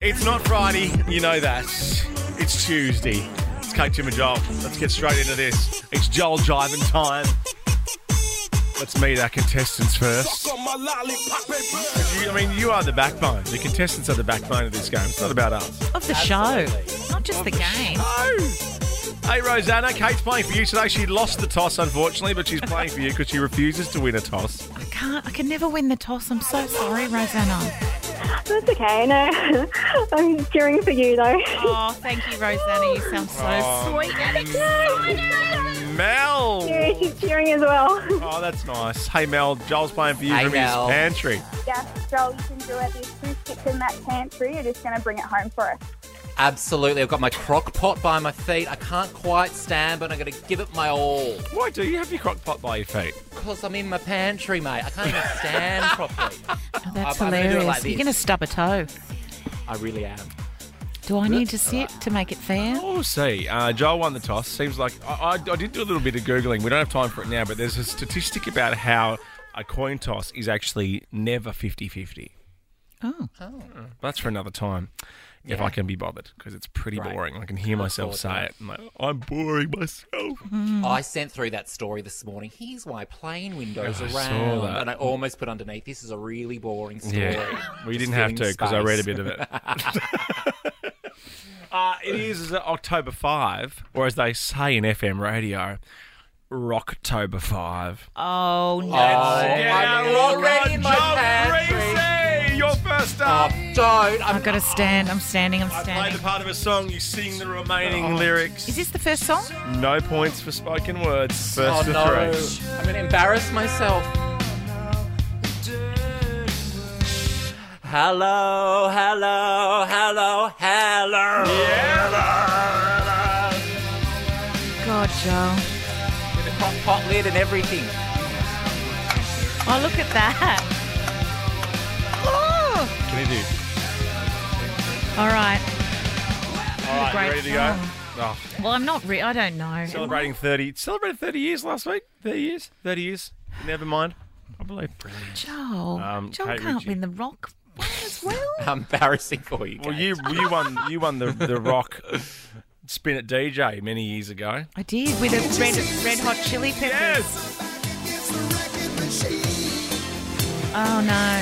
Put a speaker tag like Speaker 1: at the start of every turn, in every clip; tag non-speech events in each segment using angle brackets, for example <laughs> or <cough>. Speaker 1: It's not Friday, you know that. It's Tuesday. It's Kate, Jim, and Joel. Let's get straight into this. It's Joel Jiving time. Let's meet our contestants first. You- I mean, you are the backbone. The contestants are the backbone of this game. It's not about us.
Speaker 2: Of the show, not just the game.
Speaker 1: Oh. Hey, Rosanna, Kate's playing for you today. She lost the toss, unfortunately, but she's playing for you because she refuses to win a toss.
Speaker 2: I can't. I can never win the toss. I'm so sorry, Rosanna.
Speaker 3: That's okay. No, <laughs> I'm cheering for you though.
Speaker 2: Oh, thank you, Rosanna. You sound so sweet and excited.
Speaker 1: Mel!
Speaker 3: Yeah, she's <laughs> cheering as well.
Speaker 1: Oh, that's nice. Hey, Mel, Joel's playing for you
Speaker 4: Hey,
Speaker 1: from
Speaker 4: Mel.
Speaker 1: his pantry.
Speaker 5: Yes, Joel, you can do it. There's two sticks in that pantry. You're just going to bring it home for us.
Speaker 4: Absolutely. I've got my crock pot by my feet. I can't quite stand, but I'm going to give it my all.
Speaker 1: Why do you have your crock pot by your feet?
Speaker 4: Because I'm in my pantry, mate. I can't even
Speaker 1: <laughs>
Speaker 4: stand properly.
Speaker 2: Oh, that's
Speaker 4: I'm- I'm gonna do it
Speaker 2: hilarious.
Speaker 4: like
Speaker 2: You're
Speaker 4: this.
Speaker 2: going to stub a toe.
Speaker 4: I really am.
Speaker 2: Do I need to sit to make it fair?
Speaker 1: Well, we'll see. Uh, Joel won the toss. Seems like I, I, I did do a little bit of googling. We don't have time for it now, but there's a statistic about how a coin toss is actually never 50-50.
Speaker 2: Oh,
Speaker 1: That's for another time, if I can be bothered, because it's pretty
Speaker 4: Right.
Speaker 1: boring. I can hear myself
Speaker 4: afford
Speaker 1: say
Speaker 4: that.
Speaker 1: it. I'm, like, I'm boring
Speaker 4: <laughs>
Speaker 1: myself.
Speaker 4: Mm. I sent through that story this morning. Here's why plane windows
Speaker 1: Yeah, I
Speaker 4: are
Speaker 1: saw
Speaker 4: round.
Speaker 1: that.
Speaker 4: And I almost put underneath, this is a really boring story.
Speaker 1: Yeah, well, you
Speaker 4: Just
Speaker 1: didn't have to
Speaker 4: filling
Speaker 1: because I read a
Speaker 4: space.
Speaker 1: bit of it.
Speaker 4: <laughs>
Speaker 1: <laughs> uh, it is October five, or as they say in FM radio, Rocktober five.
Speaker 2: oh no.
Speaker 4: I'm already in my pantry.
Speaker 1: Your first
Speaker 4: Oh,
Speaker 1: up.
Speaker 4: don't.
Speaker 2: I've
Speaker 4: I'm
Speaker 2: got to stand. I'm standing. I'm
Speaker 1: Play the
Speaker 2: Oh, standing.
Speaker 1: part of a song. You sing the remaining lyrics.
Speaker 2: Is this the first song?
Speaker 1: No points for spoken words.
Speaker 4: Oh,
Speaker 1: First
Speaker 4: no.
Speaker 1: to three.
Speaker 4: I'm going to embarrass myself. Hello, hello, hello, hello.
Speaker 2: God, Joel.
Speaker 4: With a hot pot lid and everything. <laughs>
Speaker 2: Oh, look at that. Oh.
Speaker 1: Can you do?
Speaker 2: All right.
Speaker 1: All right,
Speaker 2: great
Speaker 1: you ready to go?
Speaker 2: song.
Speaker 1: Oh,
Speaker 2: Well, I'm not. Re- I don't know.
Speaker 1: celebrating 30. Celebrated 30 years last week. 30 years. 30 years. Never mind. I believe. Brilliant.
Speaker 2: Joel.
Speaker 1: Um,
Speaker 2: Joel
Speaker 1: Kate
Speaker 2: can't
Speaker 1: Ritchie.
Speaker 2: win the rock one as well.
Speaker 4: How embarrassing for you.
Speaker 1: Well,
Speaker 4: Kate.
Speaker 1: you you won you won the the rock spin at DJ many years ago.
Speaker 2: I did with a red, red hot chili peppers. Oh no.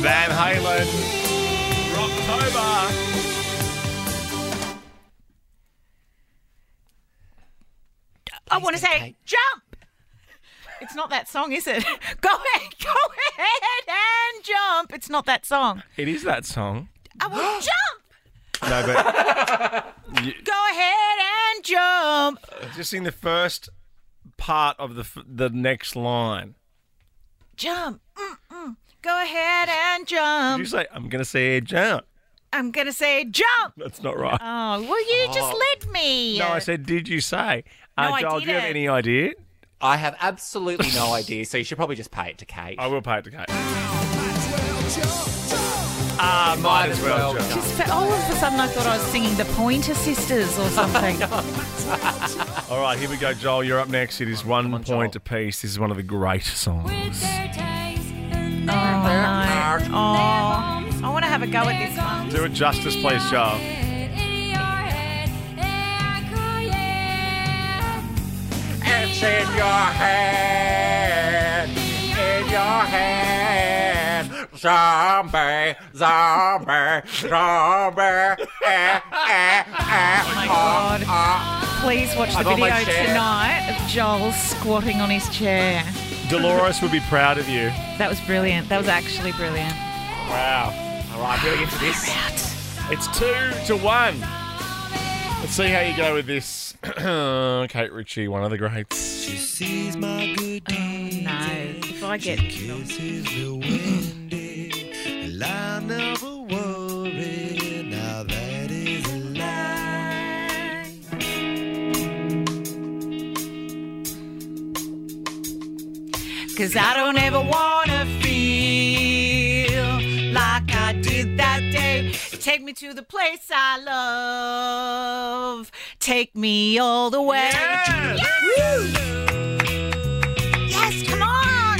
Speaker 1: Van Halen. Rocktober.
Speaker 2: I want to say
Speaker 4: Kate.
Speaker 2: jump. It's not that song, is it? <laughs> Go ahead, go ahead and jump. It's not that song.
Speaker 1: It is that song.
Speaker 2: I want to jump.
Speaker 1: No, but
Speaker 2: Go ahead and jump.
Speaker 1: just in the first part of the f- the next line.
Speaker 2: Jump. Mm-mm. Go ahead and jump.
Speaker 1: You say I'm gonna say a jump.
Speaker 2: I'm gonna say jump.
Speaker 1: That's not right.
Speaker 2: Oh, well, you just led me.
Speaker 1: No, I said, did you say? Uh,
Speaker 2: No, I
Speaker 1: Joel, do you have
Speaker 2: didn't.
Speaker 1: any idea?
Speaker 4: I have absolutely no idea, so you should probably just pay it to Kate.
Speaker 1: I will pay it to Kate.
Speaker 4: Ah, might
Speaker 1: as well, Joe.
Speaker 2: Just for, oh, all of a sudden, I thought I was singing the Pointer Sisters or something.
Speaker 1: All right, here we go, Joel. You're up next. It is one
Speaker 4: on,
Speaker 1: point
Speaker 4: Joel.
Speaker 1: apiece. This is one of the great songs.
Speaker 2: Oh, no. Oh, I want to have a go at this one.
Speaker 1: Do it justice, please, Joel.
Speaker 4: It's in your hand, in your hand. Zombie, zombie, zombie. eh, eh, eh.
Speaker 2: my god. Please watch the
Speaker 4: I'm on uh, my
Speaker 2: video
Speaker 4: chair.
Speaker 2: tonight of Joel squatting on his chair.
Speaker 1: Dolores would be proud of you.
Speaker 2: That was brilliant. That was actually brilliant.
Speaker 1: Wow.
Speaker 4: All right, I'm really into this.
Speaker 1: It's two to one. Let's see how you go with this. <clears throat> Kate Ritchie, one of the greats.
Speaker 2: No. If I get Cause I don't ever wanna feel like I did that day. Take me to the place I love. Take me all the way. Yes, come on.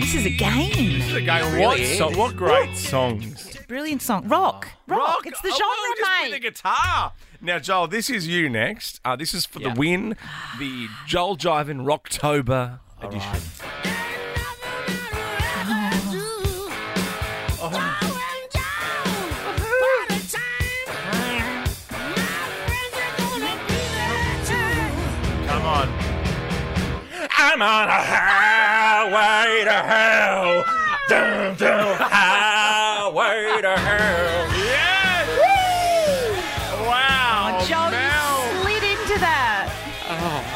Speaker 2: This is a game.
Speaker 1: The guy,
Speaker 4: It really
Speaker 1: what,
Speaker 4: is.
Speaker 1: so- what great songs.
Speaker 2: Brilliant song. Rock. Rock. It's the
Speaker 1: Oh,
Speaker 2: genre,
Speaker 1: well, just play
Speaker 2: mate.
Speaker 1: the guitar. Now, Joel, this is you next. Uh, this is for
Speaker 4: Yeah.
Speaker 1: the win, the Joel Jivin Rocktober edition.
Speaker 2: Oh.
Speaker 1: Come on. I'm on a highway to hell. Down the highway to hell. Yes! Wow.
Speaker 2: Oh, Joel, you
Speaker 1: Mel.
Speaker 2: slid into that.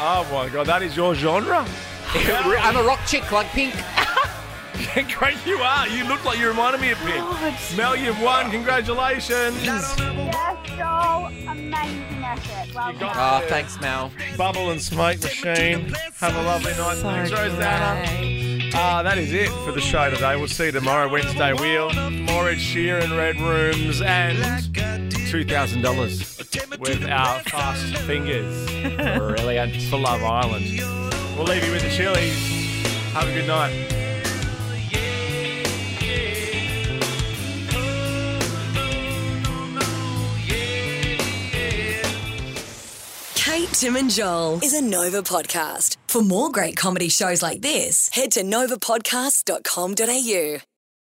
Speaker 1: Oh my god, that is your genre?
Speaker 4: <laughs> I'm a rock chick like Pink.
Speaker 1: Great, you are. You look like you reminded me of Pink.
Speaker 2: God.
Speaker 1: Mel, you've won. Congratulations.
Speaker 5: Yes, Joel. Amazing effort. Well done.
Speaker 4: Oh, thanks, Mel.
Speaker 1: Bubble and smoke machine. Have a lovely night.
Speaker 2: So
Speaker 1: Oh. Thanks, Rosanna.
Speaker 2: great.
Speaker 1: Ah, that is it for the show today. We'll see you tomorrow, Wednesday Wheel. More Ed Sheeran, Red Rooms, and $2,000 with our fast fingers. Brilliant. For Love Island. We'll leave you with the Chili's. Have a good night.
Speaker 6: Kate, Tim, and Joel is a Nova podcast. For more great comedy shows like this, head to novapodcast.com.au.